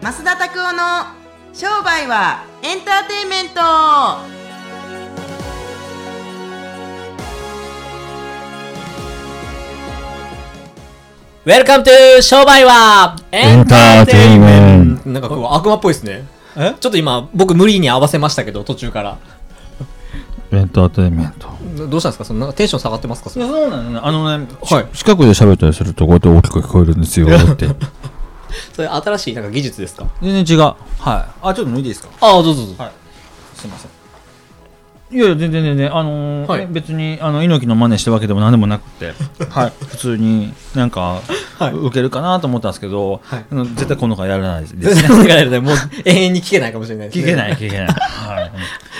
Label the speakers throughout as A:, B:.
A: 増田拓夫の商売はエンターテインメント
B: ウェルカムトゥ商売はエ
C: ンターテインメン
B: トなんかこう悪魔っぽいですね。ちょっと今、僕無理に合わせましたけど、途中から。
C: エンターテインメント。
B: どうしたんですかそのなんかテンション下がってますかそ
D: い
B: れ
D: やそうなのねあのね
B: はい。
C: 近くで喋ったりするとこうやって大きく聞こえるんですよって。
B: それ新しいなんか技術ですか
D: 全然違うはいあちょっと脱いでいいですか
B: ああ、どうぞどうぞ。
D: はいすいませんいやいや全然全然あのー
B: はい
D: ね別にあの猪木の真似したわけでも何でもなくて、はい、普通になん か、
B: はい
D: 受けるかなと思ったんですけど、
B: はい
D: あの絶対この回やらないです、
B: 全然 お願いでもう永遠に聞けないかもしれないです、ね。。
D: 聞けないい聞けない、 は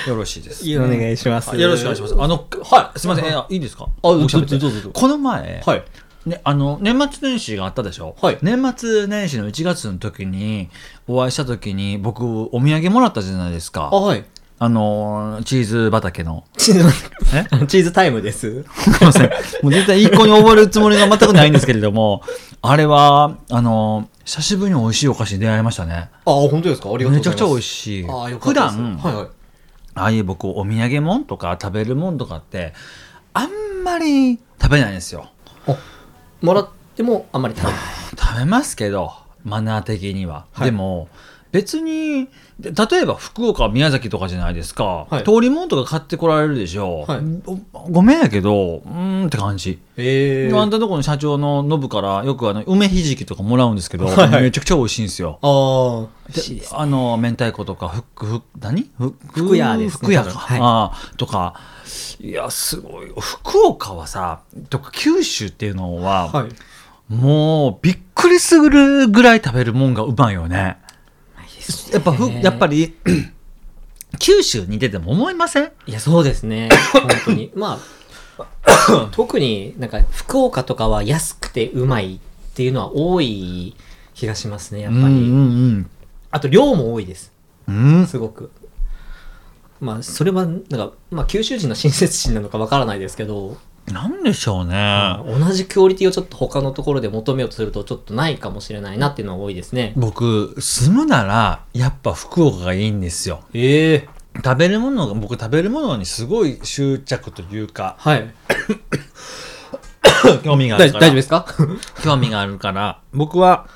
D: い、よろしいです
B: お願いします。
D: よろしくお願いしますあの
B: はい。
D: すいませんえあいいですか
B: あ、どう
D: 僕
B: ぞ
D: 喋
B: ど
D: って
B: うぞどうぞ。
D: この前、
B: はい。
D: ね、あの年末年始があったでしょ、
B: はい
D: 年末年始の1月の時にお会いした時に僕お土産もらったじゃないですか
B: あ、 はい。
D: あのーチーズ畑の
B: チーズ、
D: え
B: あのチーズタイムです。
D: すいま せん。もう絶対一個に覚えるつもりが全くないんですけれども、あれは、あの、久しぶりに美味しいお菓子に出会いましたね。
B: あ、本当ですかありがとう
D: め
B: ご
D: ち
B: ざいます。
D: ゃくちゃ美味
B: い。
D: しい。
B: あーよかっ
D: 普
B: たです
D: 段、
B: はいはい。
D: ああいう僕、お土産物とか食べるもんとかって、あんまり食べないんですよ。
B: もらってもあんまり食べない。
D: 食べますけど、マナー的には。
B: はい
D: でも、別に、で例えば福岡、宮崎とかじゃないですか、
B: はい
D: 通り物とか買ってこられるでしょ、
B: はい
D: ごごめんやけど、うーんって感じ。
B: ええ
D: あんたのとこの社長のノブからよくあの梅ひじきとかもらうんですけど、
B: はいはい
D: めちゃくちゃ美味しいんですよ。
B: ああ、
D: であの明太子とかふっくふっ何ふ
B: ふくやですね
D: ふく
B: 多
D: やか、
B: 分はい
D: あーとかいやすごい福岡はさとか九州っていうのは、
B: はい。
D: もうびっくりするぐらい食べるもんがうまいよね。やっぱふやっぱ り九州に出ても思いません
B: いや、そうですね。本当に。まあ、特になんか福岡とかは安くてうまいっていうのは多い気がしますね、やっぱり。
D: うん
B: あと量も多いです。
D: うんうんうん
B: すごく。まあ、それは、なんか、まあ、九州人の親切心なのかわからないですけど、
D: なんでしょうね。
B: 同じクオリティをちょっと他のところで求めようとすると、ちょっとないかもしれないなっていうのは多いですね。
D: 僕住むならやっぱ福岡がいいんですよ
B: ええ
D: 食べるものが僕食べるものにすごい執着というか
B: はい。
D: 興味があ
B: 大
D: る
B: 丈夫
D: か
B: 大
D: ら
B: 丈夫ですか
D: 興味があるから僕は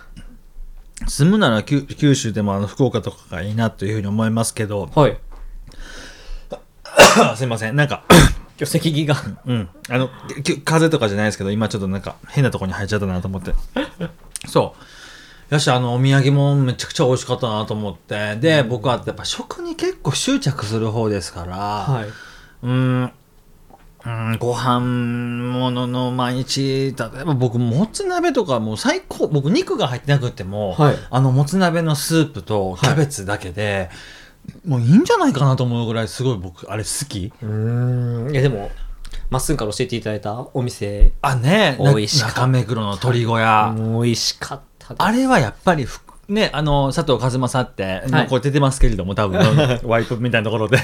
D: 住むなら九九州でもあの福岡とかがいいなというふうに思いますけど
B: はい。
D: すいませんな んか
B: 今日、席が。
D: うんあのき風邪とかじゃないですけど今ちょっとなんか変なとこに入っちゃったなと思って そうやしあのお土産もめちゃくちゃ美味しかったなと思ってで僕はやっぱ食に結構執着する方ですから、
B: はい。
D: うーん、うん、ご飯ものの毎日、例えば僕、もつ鍋とかもう最高、僕、肉が入ってなくても、
B: はい
D: あの、もつ鍋のスープとキャベツだけで、もういいんじゃないかなと思うぐらい、すごい僕、あれ好き。
B: うーん。いや、でも、まっすんから教えていただいたお店、
D: あ、ねな
B: 美味しかった
D: 中目黒の鶏小屋。
B: もう美味しかったです。
D: あれはやっぱりふ、ね、あの、佐藤和正って、
B: はい
D: こう出てますけれども、多分、 ワイプみたいなところで、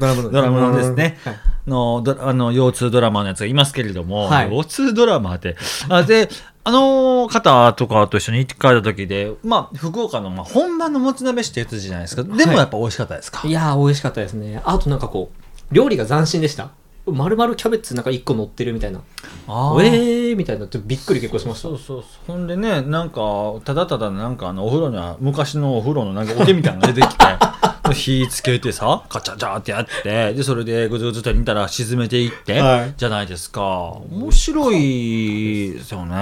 D: ドラムのドラムのですね、のドラあの腰痛ドラマーのやつがいますけれども、
B: はい
D: 腰痛ドラマーって、あで、あの方とかと一緒に行って帰った時で、まあ、福岡の、まあ、本場のもつ鍋してやつじゃないですか。でも
B: はい
D: やっぱ美味しかったですか。
B: いやー、美味しかったですね。あとなんかこう、料理が斬新でした。丸々キャベツなんか1個乗ってるみたいな。
D: あ
B: お
D: ー
B: えーみたいな。ちょっとびっくり結構しました
D: そう。そうそうほんでねなんかただただなんかあのお風呂には昔のお風呂のなんかおけみたいなのが出てき て火つけてさカチャチャってやってでそれでぐずぐずと煮たら沈めていって、
B: はい
D: じゃないですか面白いですよね、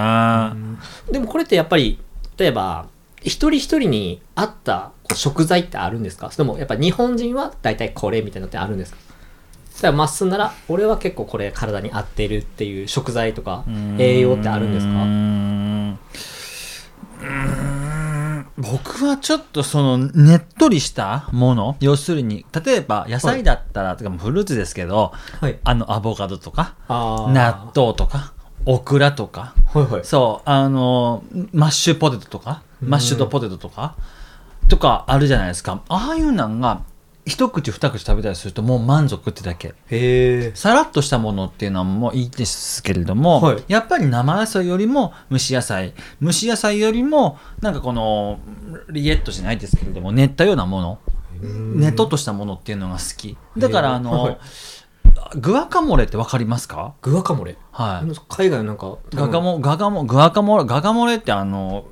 B: でもこれってやっぱり、例えば、一人一人に合ったこう食材ってあるんですかそれともやっぱ日本人は大体これみたいなのってあるんですか例えばまっすんなら、俺は結構これ体に合ってるっていう食材とか栄養ってあるんです
D: うー
B: か
D: んうーん僕はちょっとそのねっとりしたもの要するに例えば野菜だったら、てかもうフルーツですけど
B: はい。
D: あのアボカドとか
B: あー
D: 納豆とかオクラとか
B: はいはい。
D: そうあのマッシュポテトとかマッシュドポテトとか、とかあるじゃないですかああいうなんが一一口二口食べたりするともう満足ってだけ
B: へえ。
D: さらっとしたものっていうのもいいですけれども、
B: はい
D: やっぱり生野菜よりも蒸し野菜蒸し野菜よりもなんかこのリエッとしないですけれども練ったようなものねとっとしたものっていうのが好きだからあの、
B: はい
D: グアカモレってわかりますか
B: グアカモレ。
D: はい
B: 海外のなんか、
D: ガガモ、ガガモ、グアカモレ、ガガモレってあの、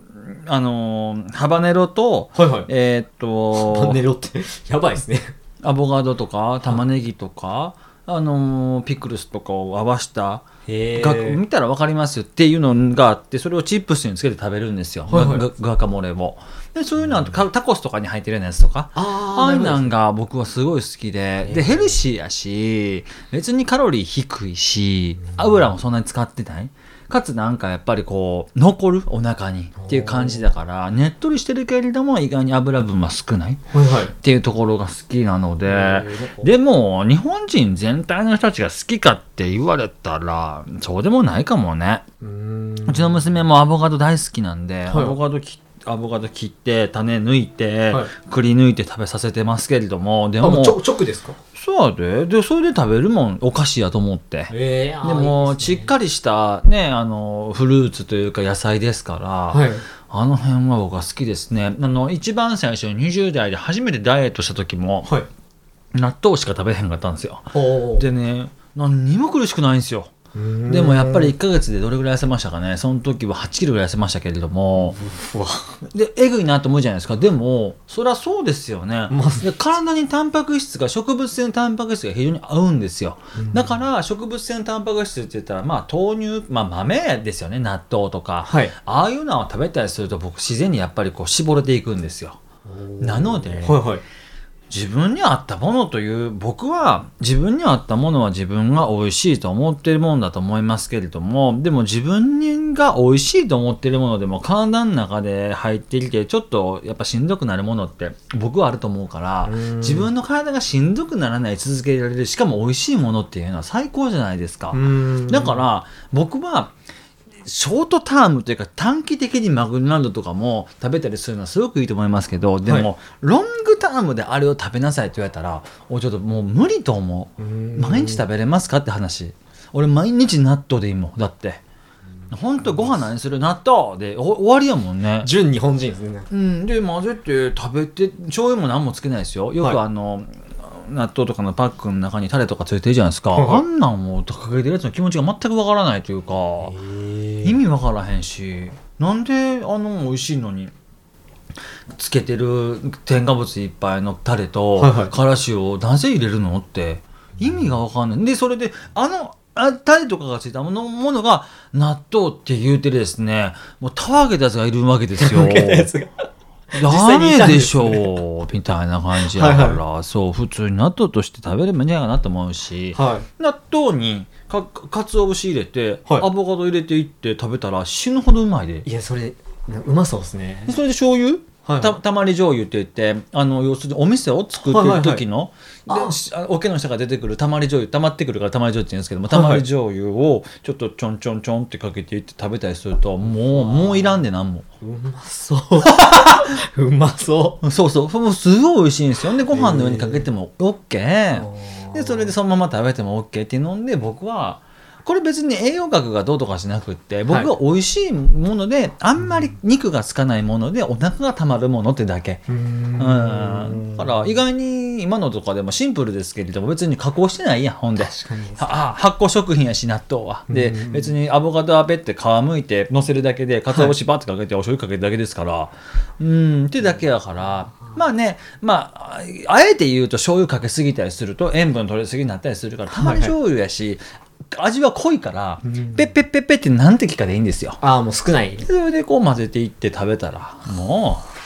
D: あの、ハバネロと、
B: はいはい。
D: えーっと、
B: ネロって、 やばいですね。
D: アボカドとか、玉ねぎとか、あの、ピクルスとかを合わした、
B: へ
D: が見たら分かりますよっていうのがあってそれをチップスにつけて食べるんですよ、
B: はいはい
D: ががグアカモレをでそういうのはかタコスとかに入ってるようなやつとかあ
B: あ
D: あ
B: あ、
D: いうな
B: なん
D: が僕はすごい好きででヘルシーやし別にカロリー低いし油もそんなに使ってないかつなんかやっぱりこう残るお腹にっていう感じだからねっとりしてるけれども意外に油分は少ない
B: はいはい。
D: っていうところが好きなので
B: ー
D: でも日本人全体の人たちが好きかって言われたらそうでもないかもね
B: うーん
D: うちの娘もアボカド大好きなんで、
B: はい
D: アボカド切アボカド切って種抜いて、
B: はい
D: くり抜いて食べさせてますけれどもで
B: あ、も
D: も
B: うちょ直ですか
D: そうやででそれで食べるもんお菓子やと思って
B: ええ
D: でもしっかりしたねあのフルーツというか野菜ですから、
B: はい。
D: あの辺は僕は好きですねあの一番最初に20代で初めてダイエットした時も、
B: はい。
D: 納豆しか食べへんかったんですよ
B: ほう
D: でね何にも苦しくないんですよでもやっぱり1ヶ月でどれぐらい痩せましたかねその時は8キロぐらい痩せましたけれどもでえぐいなと思うじゃないですかでもそりゃそうですよね
B: ま
D: で体にタンパク質が植物性のタンパク質が非常に合うんですよだから植物性のタンパク質って言ったらまあ豆乳、まあ、豆ですよね納豆とか、
B: はい。
D: ああいうのを食べたりすると僕自然にやっぱりこう絞れていくんですよなので、
B: はいはい。
D: 自分に合ったものという僕は自分に合ったものは自分が美味しいと思ってるものだと思いますけれどもでも自分が美味しいと思ってるものでも体の中で入ってきてちょっとやっぱしんどくなるものって僕はあると思うから
B: うん
D: 自分の体がしんどくならない続けられるしかも美味しいものっていうのは最高じゃないですか。
B: ん
D: だから僕はショートタームというか短期的にマクドナルドとかも食べたりするのはすごくいいと思いますけどでも、
B: は
D: ロングタームであれを食べなさいって言われたら俺ちょっともう無理と思う
B: うん
D: 毎日食べれますかって話俺毎日納豆でいいもんだってほんとご飯何する納豆でお終わりやもんね
B: 純日本人ですね。
D: うん、で混ぜて食べて醤油も何もつけないですよよ
B: はい
D: くあの、納豆とかのパックの中にタレとかついてるじゃないですか、
B: はいはい
D: あんなんもかけてるやつの気持ちが全くわからないというか、意味わからへんしなんであの美味しいのにつけてる添加物いっぱいのタレと
B: はいはい
D: からしをなぜ入れるのって意味がわかんないでそれであのあタレとかがついたものものが納豆って言うてですねもうたわけたやつがいるわけですよ。
B: つが。
D: ダ
B: 際にい
D: メ
B: たん
D: で
B: で
D: し
B: す
D: ょうみたいな感じやから
B: はい
D: そう普通に納豆として食べればいいんじゃないかなと思うし、
B: は
D: 納豆にかかつお節入れて、
B: はい
D: アボカド入れていって食べたら死ぬほどうまいで
B: い。いや、それ、なうまそうですね
D: で。それで醤油、
B: はい
D: たたまり醤油って言ってあの要するにお店を作ってる時の、
B: はいはい
D: でしあおけの下から出てくるたまり醤油たまってくるからたまり醤油って言うんですけどもたまり醤油をちょっとちょんちょんちょんってかけていって食べたりするともうもういらんでなんも。
B: うま そう。うまそ
D: そうそうそう、もうすごい美味しいんですよ。で、ご飯の上にかけても OK。で、それでそのまま食べても OK っていうので、僕は、これ別に栄養学がどうとかしなくって、僕は美味しいもので、あんまり肉がつかないもので、お腹がたまるものってだけ。
B: う。うー
D: うん。
B: ん。
D: だから、意外に今のとかでもシンプルですけれども、別に加工してないやん、ほんで。
B: 確かに。
D: ああ発酵食品やし納豆はで
B: うん
D: 別にアボカドはべって皮むいてのせるだけでかつお節バッてかけてお醤油かけるだけですから、うんってだけやからまあねまあああえて言うと醤油かけすぎたりすると塩分取れすぎになったりするからたまり醤油やし、味は濃いから
B: ん
D: ペッペッペッペッって何滴かでいいんですよ
B: ああ、もう少ない。
D: それでこう混ぜていって食べたらもう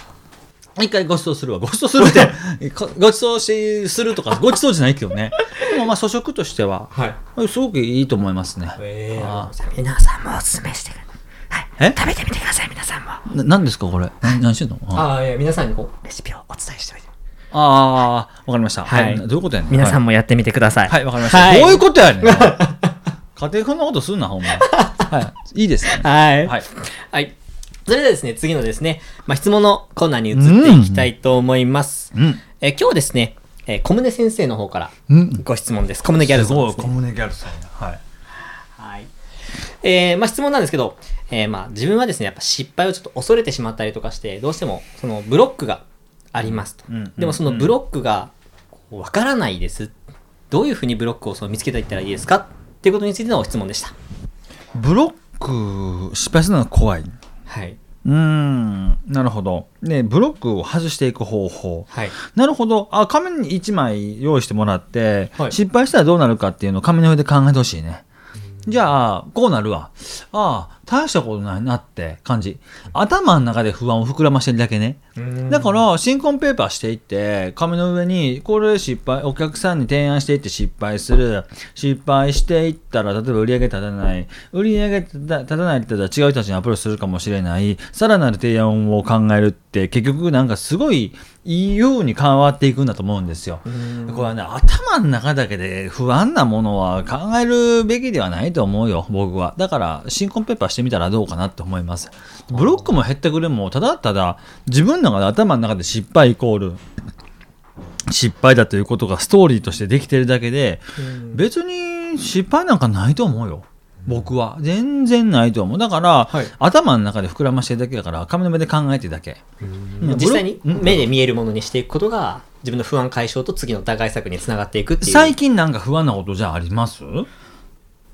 D: 一回ごちそうするわごちそうするってこごちそうしするとかごちそうじゃないけどねでもまあ粗食としては
B: はい。
D: すごくいいと思いますね。
B: ええ
D: あ
A: 皆さんもおすすめしてください。は
D: え
A: い。食べてみてください、皆さんも。
D: な何ですかこれな何してんのあ
B: ああ、いや、皆さんにこう。
A: レシピをお伝えしておいて。
D: あー、わかりました。
A: はい
D: どういうことやね
A: 皆さん
D: も。
A: もやってみてください。
D: はい、わ、かりました。
B: はい
D: どういうことやねん。家庭こんなことすんな、ほんま。はい、いいですね。
B: はい
D: はい。
B: はい。それではですね、次のですね、まあ、質問のコーナーに移っていきたいと思います。
D: うん。
B: えー今日ですね、えー小宗先生の方から
D: うん
B: ご質問です。小宗ギャル
D: す
B: さん
D: ご
B: で
D: い
B: すね
D: 小胸ギャルさんやはい
B: はい。えーまあ、質問なんですけど、えーまあ、自分はですね、やっぱ失敗をちょっと恐れてしまったりとかして、どうしてもそのブロックがありますと。
D: うん
B: でもその
D: うん
B: ブロックがこうわからないです。どういうふうにブロックをその見つけていったらいいですかっていうことについての質問でした。
D: ブロック失敗するのが怖い
B: はい。
D: うーんなるほどねブロックを外していく方法
B: はい。
D: なるほどあ紙に1枚用意してもらって、
B: はい
D: 失敗したらどうなるかっていうのを紙の上で考えてほしいねじゃあこうなるわああ大したことないなって感じ頭の中で不安を膨らましてるだけねだから新婚ペーパーしていって紙の上にこれ失敗お客さんに提案していって失敗する失敗していったら例えば売り上げ立たない売り上げ立た立たないって言ったら違う人たちにアプローチするかもしれないさらなる提案を考えるって結局なんかすごいいいように変わっていくんだと思うんですよ。これはね頭の中だけで不安なものは考えるべきではないと思うよ僕はだから新婚ペーパーしてみたらどうかなと思いますブロックも減ってくれもただただ自分の中で頭の中で失敗イコール失敗だということがストーリーとしてできてるだけで別に失敗なんかないと思うよ僕は全然ないと思うだから、
B: はい
D: 頭の中で膨らましてるだけだから紙の目で考えてるだけうん
B: 実際に
D: ブロック
B: 目で見えるものにしていくことが、自分の不安解消と次の打開策につながっていくっていう。
D: 最近なんか不安なことじゃあります
B: い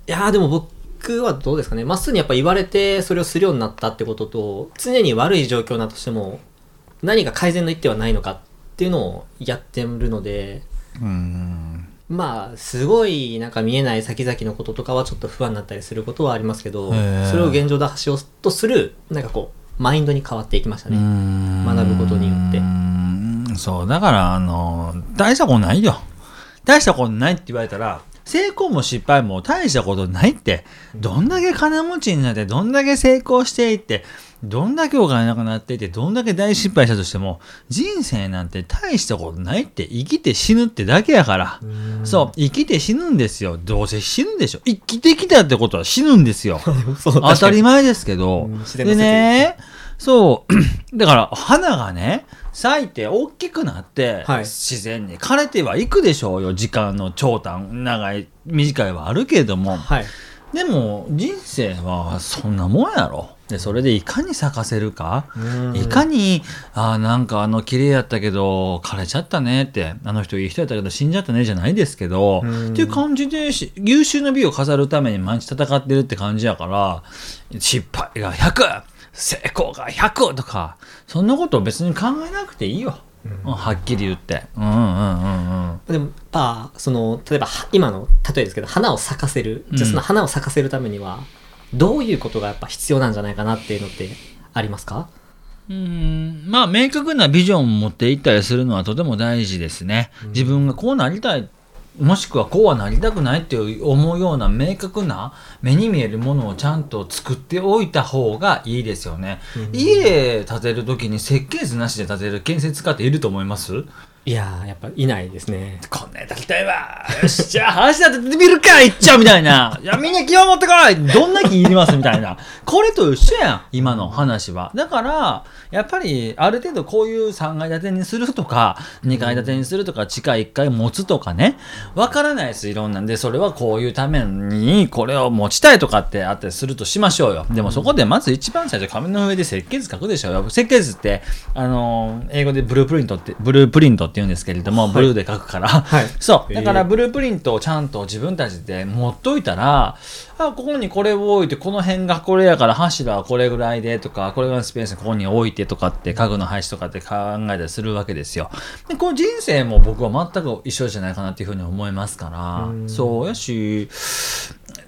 B: やーでも僕はどうですかねまっすぐにやっぱ言われてそれをするようになったってことと常に悪い状況だとしても何か改善の一手はないのかっていうのをやってるのでまあすごいなんか見えない先々のこととかはちょっと不安になったりすることはありますけど
D: へー
B: それを現状打破しようとするなんかこうマインドに変わっていきましたね。学ぶことによって
D: うーんそうだからあの大したことないよ大したことないって言われたら成功も失敗も大したことないってどんだけ金持ちになってどんだけ成功していってどんだけお金なくなっていてどんだけ大失敗したとしても人生なんて大したことないって生きて死ぬってだけやからそう生きて死ぬんですよどうせ死ぬんでしょ生きてきたってことは死ぬん ですよ当たり前ですけど
B: うん自然の
D: で
B: 摂理
D: ねそう だから花がね咲いて大きくなって、
B: はい
D: 自然に枯れてはいくでしょうよ時間の長短長い短いはあるけれども、
B: はい、
D: でも人生はそんなもんやろでそれでいかに咲かせるかいかにあーなんかあの綺麗やったけど枯れちゃったねってあの人いい人やったけど死んじゃったねじゃないですけど
B: うん
D: っていう感じでし優秀な美を飾るために毎日戦ってるって感じやから失敗が100成功が100とかそんなこと別に考えなくていいよ、うんはっきり言ってうんうんうんうん
B: でも、まあ、その、例えば、は今の、例えですけど、花を咲かせる。じゃあ
D: うん
B: その花を咲かせるためには、どういうことがやっぱ必要なんじゃないかなっていうのってありますか
D: うーんまあ明確なビジョンを持っていったりするのはとても大事ですね。自分がこうなりたいもしくはこうはなりたくないっていう思うような明確な目に見えるものをちゃんと作っておいた方がいいですよね。家建てる時に設計図なしで建てる建設家っていると思います
B: いやー、やっぱいないですね。
D: こんなやつ来たいわよしじゃあ話だってみるかいっちゃうみたい ないやみんな気を持ってこいどんな気いりますみたいなこれと一緒やん今の話はだからやっぱりある程度こういう3階建てにするとか2階建てにするとか地下1階持つとかねわからないですいろんなんでそれはこういうためにこれを持ちたいとかってあってするとしましょうよでもそこでまず一番最初紙の上で設計図書くでしょうよ設計図ってあの英語でブループリントってブループリントって言うんですけれども、ブルーで書くから
B: はい
D: そう。
B: えー
D: だから、ブループリントをちゃんと自分たちで持っといたら、あ、ここにこれを置いて、この辺がこれやから、柱はこれぐらいでとか、これぐらいのスペースにここに置いてとかって、家具の配置とかって考えたりするわけですよ。で、この人生も僕は全く一緒じゃないかなっていうふうに思いますから、そうやし、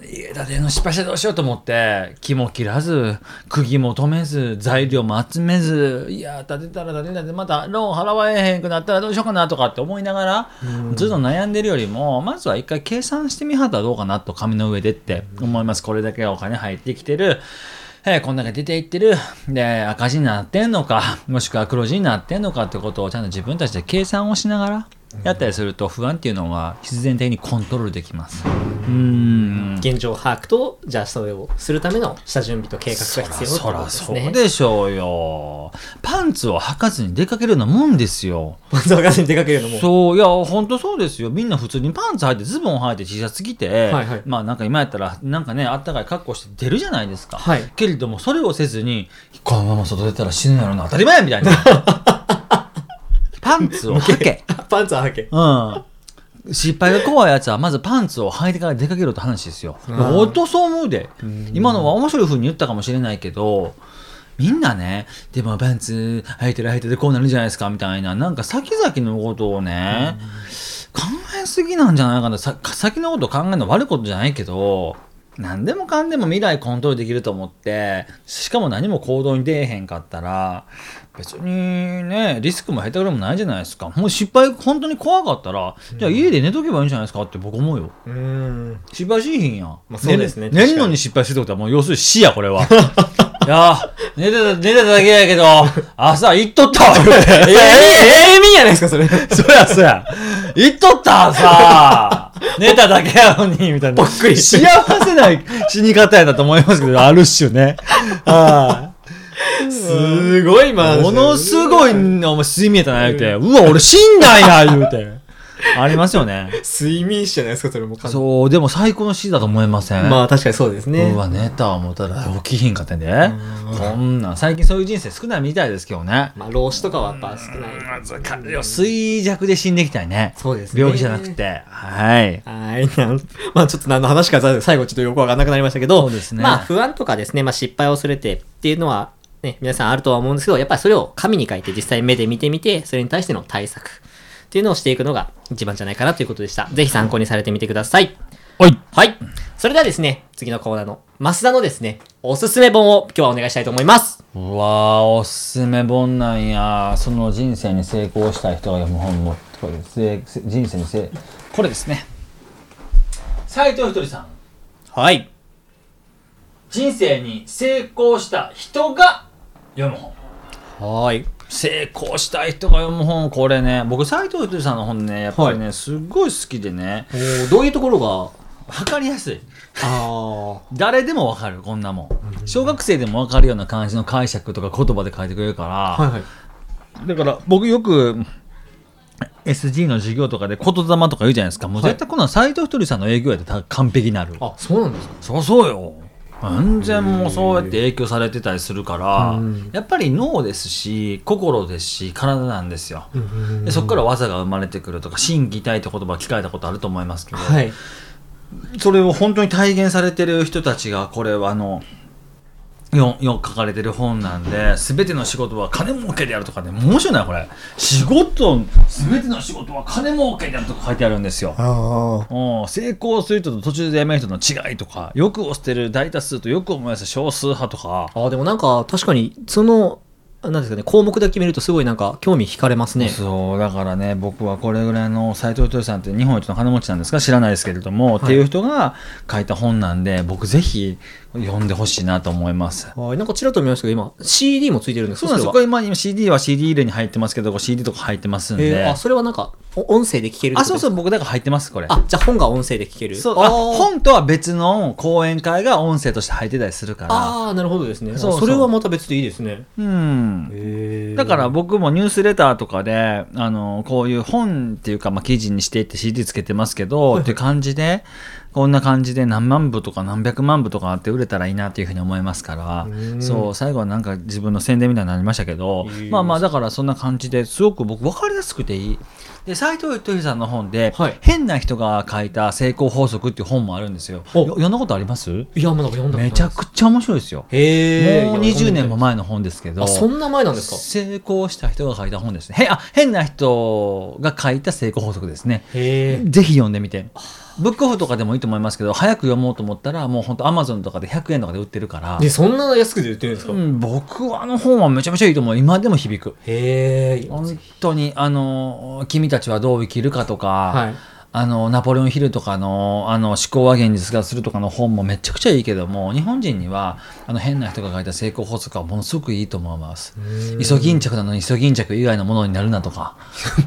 D: 家建ての失敗したらどうしようと思って木も切らず釘も止めず材料も集めずいや建てたら建てたでまたローン払えへんくなったらどうしようかなとかって思いながらずっと悩んでるよりもまずは一回計算してみはったらどうかなと紙の上でって思いますこれだけお金入ってきてるえーこんだけ出ていってる。で、赤字になってんのか、もしくは黒字になってんのかってことをちゃんと自分たちで計算をしながら、
E: やったりすると不安っていうのは必然的にコントロールできますうん
B: 現状把握と、じゃあそれをするための下準備と計画が必要って
D: そ
B: こと
D: ら
B: です
D: そ
B: ね。
D: うでしょうよパンツを履かずに出かけるようなもんですよ
B: パンツ履かずに出かけるのも。
D: そういや本当そうですよみんな普通にパンツ履いてズボン履いて T シャツ着て、
B: はいはい
D: まあなんか今やったらなんかねあったかい格好して出るじゃないですか、
B: はい
D: けれどもそれをせずにこのまま外出たら死ぬやろな当たり前やみ たいなパンツを履け、
B: パンツは履け。
D: うん、失敗が怖いやつはまずパンツを履いてから出かけろって話ですよ本当そう思うで今のは面白い風に言ったかもしれないけどみんなね、でもパンツ履いてる履いてるこうなるじゃないですかみたいな、なんか先々のことをね、考えすぎなんじゃないかなさ先のことを考えるの悪いことじゃないけど何でもかんでも未来コントロールできると思ってしかも何も行動に出えへんかったら別にねリスクも減ったくれもないじゃないですかもう失敗本当に怖かったらじゃあ家で寝とけばいいんじゃないですかって僕思うよ
B: うん。
D: 失敗しへんやん、
B: あそうですね
D: 寝る寝るのに失敗するってことはもう要するに死やこれは いやー寝てた寝てただけやけど朝行っとったわ ええええ意味やねん
B: ですか、それ。
D: そりゃそりゃ。言っとっ たさ寝ただけやのに、みたい
B: ぽ
D: な。
B: っくり
D: 幸せな死に方やなと思いますけど、ある種ね。はい。すごい、まものすごい、お前、睡眠やったな、言うて。うわ、俺死んだんや、言うて。ありますよね。
B: 睡眠死じゃないですか、それも。う。
D: そう、でも最高の死だと思いません。
B: まあ確かにそうですね
D: う。わ、寝た思ったら起きひんかったんで。こんなん、最近そういう人生少ないみたいですけどね。
B: まあ老子とかはやっぱ少ない。
D: 衰弱で死んでいきたいね。
B: そうですね
D: 病気じゃなくて。はい。
B: はい。 なんまあちょっと何の話か最後ちょっとよくわかんなくなりましたけど、
D: そうですね
B: まあ不安とかですね、まあ失敗を恐れてっていうのは、ね、皆さんあるとは思うんですけど、やっぱりそれを紙に書いて実際目で見てみて、それに対しての対策っていうのをしていくのが一番じゃないかなということでした。ぜひ参考にされてみてください。
C: はい。
B: はい。それではですね、次のコーナーの増田のですね、おすすめ本を今日はお願いしたいと思います。
D: うわーおすすめ本なんやその人生に成功した人が読む本もこれせせ人生に成これですね斎藤ひとりさん
E: はい
D: 人生に成功した人が読む本
E: はい
D: 成功した人が読む本これね僕斎藤ひとりさんの本ねやっぱりね、すごい好きでね
B: どういうところが、
D: わかりやすい
B: あ
D: 誰でもわかるこんなもん小学生でもわかるような感じの解釈とか言葉で書いてくれるから、
B: あ、はいはい。
D: だから僕よく SG の授業とかで言霊とか言うじゃないですかもう絶対この斎藤ひとりさんの営業やでた完璧になる
B: あ、そうなんですか。
D: そうそうよ全然もうそうやって影響されてたりするからやっぱり脳ですし心ですし体なんですよでそこから技が生まれてくるとか心技体って言葉聞かれたことあると思いますけど、
B: はい。
D: それを本当に体現されてる人たちがこれはあのよよく書かれてる本なんで全ての仕事は金儲けであるとかね面白いなこれ仕事全ての仕事は金儲けであるとか書いてあるんですようん成功する人と途中でやめる人の違いとか欲を捨てる大多数と欲を燃やす少数派とか
B: あでもなんか確かにそのなんですかね項目だけ見るとすごいなんか興味惹かれますね
D: そうだからね僕はこれぐらいの斎藤豊さんって日本一の金持ちなんですか知らないですけれども、っていう人が書いた本なんで僕ぜひ読んでほしいなと思います
B: はいなんかちらっと見ましたけど今 CD もついてるんです
D: そ
B: か
D: うなんですよ。
B: れ
D: こ
B: は
D: れ今今 CD は CD 入れに入ってますけど、こう CD とか入ってますんで。
B: えーあそれはなんかお音声で聞けるってこ
D: あ、
B: と
D: そう
B: です
D: そう、
B: か
D: 僕だから入ってます、これ。
B: あじゃあ本が音声で聞ける
D: そう
B: あ
D: あ
B: ー
D: 本とは別の講演会が音声として入ってたりするから。
B: あーなるほどですね
D: そうそう
B: それはまた別でいいですね
D: うん。
B: へ
D: だから僕もニュースレターとかで、あの、こういう本っていうか、まあ、記事にしていって CD つけてますけど、っていう感じで、こんな感じで何万部とか何百万部とかあって売れたらいいなっていうふうに思いますから、そう、最後はなんか自分の宣伝みたいになりましたけど、まあまあだからそんな感じですごく僕分かりやすくていい。で、斎藤由さんの本で、
B: はい
D: 変な人が書いた成功法則っていう本もあるんですよ。よ
B: お
D: 読んだことあります
B: いやまだ読んだことない
D: めちゃくちゃ面白いですよ。
B: へえ
D: もう20年も前の本ですけど。
B: あそんな前なんですか
D: 成功した人が書いた本ですね。へあ変な人が書いた成功法則ですね。
B: へえ
D: ぜひ読んでみて。ブックオフとかでもいいと思いますけど、早く読もうと思ったら、もう本当アマゾンとかで100円とかで売ってるから、
B: でそんな安くで売ってるんですか、
D: うん、僕はあの本はめちゃめちゃいいと思う。今でも響く。
B: へえ
D: 本当に、あの、君たちはどう生きるかとか、
B: はい
D: あのナポレオンヒルとかのあの思考を現実化するとかの本もめちゃくちゃいいけども日本人にはあの変な人が書いた成功法則はものすごくいいと思います。イソギンチャクなのにイソギンチャク以外のものになるな とか、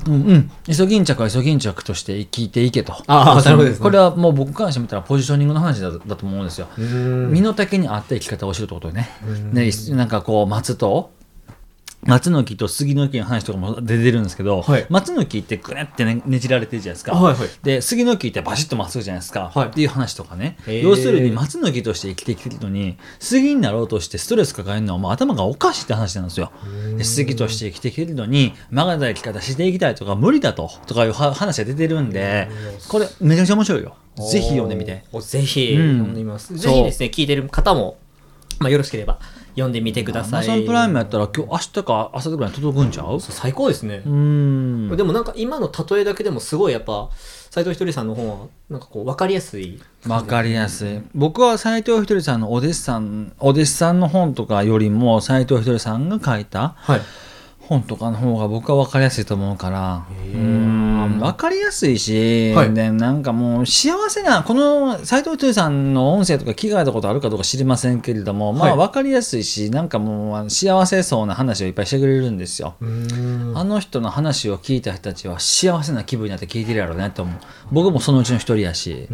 D: うんうん、イソギンチャクはイソギンチャクとして聞いていけと
B: あーなるほどですね
D: これはもう僕からしてみたらポジショニングの話だだと思うんですよ。身の丈に合った生き方をしろってことでね。ねなんかこう松と松の木と杉の木の話とかも出てるんですけど、
B: はい
D: 松の木ってくねってねねじられてるじゃないですか、
B: はいはい
D: で杉の木ってバシッとまっすぐじゃないですか、
B: はい
D: っていう話とかね
B: へー
D: 要するに松の木として生きてきてるのに杉になろうとしてストレス抱えるのはもう頭がおかしいって話なんですよで杉として生きてきてるのに曲がった生き方していきたいとか無理だととかいうは話が出てるんでこれめちゃくちゃ面白いよぜひ読んでみて。
B: お。ぜひ
D: うん
B: 読んでみます。ぜ
D: そ
B: ひ
D: う
B: ですね、聞いてる方も、まあ、よろしければ読んでみてください。
D: アマゾンプライムやったら今日明日か明後日ぐらいに届くんちゃうう
B: 最高ですね。
D: ーん
B: でもなんか今の例えだけでもすごいやっぱ斎藤ひとりさんの本はなんかこう分かりやすい
D: わかりやすい僕は斎藤ひとりさんのお弟子さんお弟子さんの本とかよりも斎藤ひとりさんが書いた
B: はい
D: 本とかの方が僕は分かりやすいと思うからうん分かりやすいし、
B: はい
D: でなんかもう幸せなこの斎藤ひとりさんの音声とか聞かれたことあるかどうか知りませんけれども、ま
B: は
D: あ分かりやすいしなんかもうあの幸せそうな話をいっぱいしてくれるんですよ。あの人の話を聞いた人たちは幸せな気分になって聞いてるやろうねと思う僕もそのうちの一人やし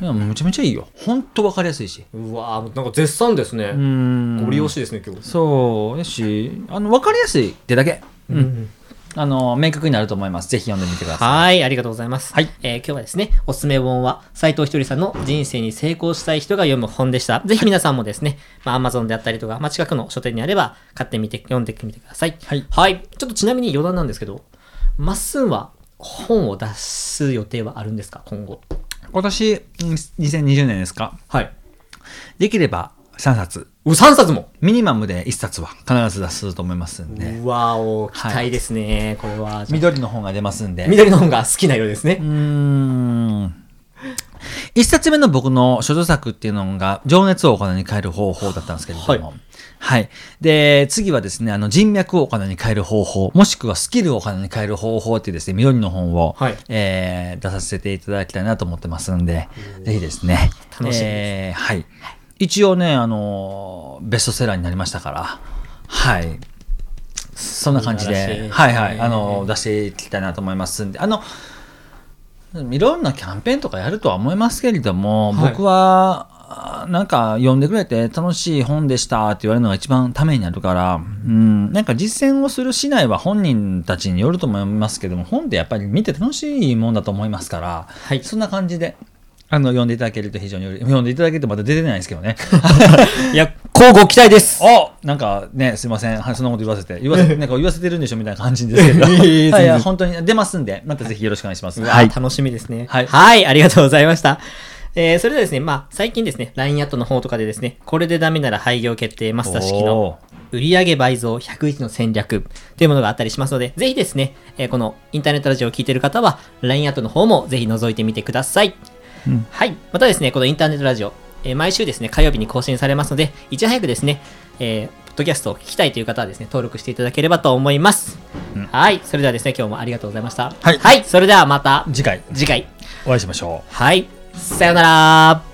D: いやめちゃめちゃいいよほんと分かりやすいし
B: うわーなんか絶賛ですね
D: うん
B: ご利用しですね今日
D: そうやしあの分かりやすいってだけ
B: うん
D: あの明確になると思いますぜひ読んでみてください
B: はい、ありがとうございます。
D: はい
B: えー今日はですね、おすすめ本は、斉藤ひとりさんの人生に成功したい人が読む本でした。ぜひ皆さんもですね、まあ、Amazon であったりとか、まあ、近くの書店にあれば、買ってみて、読んでみてください。
D: はい
B: ちょっとちなみに余談なんですけど、まっすんは本を出す予定はあるんですか、今後。
D: 今年うん2020年ですか
B: はい。
D: できれば3冊
B: う、3冊も
D: ミニマムで1冊は必ず出すと思いますんで
B: うわお、期
D: はい
B: 待ですね、これは。
D: 緑の本が出ますんで
B: 緑の本が好きな色ですね
D: う。ーん一冊目の僕の諸著作っていうのが、情熱をお金に変える方法だったんですけれども。
B: は
D: はい。で、次はですね、あの、人脈をお金に変える方法、もしくはスキルをお金に変える方法っていうですね、緑の本を、
B: はい
D: えー出させていただきたいなと思ってますんで、ぜひですね。
B: 楽しみです
D: えーはい。一応ね、あの、ベストセラーになりましたから、はい。そんな感じ
B: 素晴らしい
D: で、
B: ですね
D: はいはい、あの、出していきたいなと思いますんで、あの、いろんなキャンペーンとかやるとは思いますけれども、
B: はい
D: 僕はあなんか読んでくれて楽しい本でしたって言われるのが一番ためになるから、うん、なんか実践をする市内は本人たちによると思いますけども本ってやっぱり見て楽しいもんだと思いますから、
B: はい
D: そんな感じで。あの読んでいただけると非常により読んでいただけるとまだ出てないですけ どね。
B: いや、乞うご期待です。
D: おなんかね、すいません、はいそんなこと言わせて、言 わせなんか言わせてるんでしょみたいな感じですけど、はい、いや、本当に出ますんで、またぜひよろしくお願いします。
B: うわ楽しみですね。は。
D: はいい
B: ありがとうございました。えー、それではですね、まあ、最近ですね、LINE アットの方とかでですね、これでダメなら廃業決定マスター式の売上倍増101の戦略というものがあったりしますので、ぜひですね、えーこのインターネットラジオを聞いてる方は、LINE アットの方もぜひ覗いてみてください。はい。またですね、このインターネットラジオ、えー毎週ですね、火曜日に更新されますので、いち早くですね、えーポッドキャストを聞きたいという方はですね、登録していただければと思います。はい。それではですね、今日もありがとうございました。
D: はい
B: はい。それではまた。
D: 次回
B: 次回。
D: お会いしましょう。
B: はい。さよなら。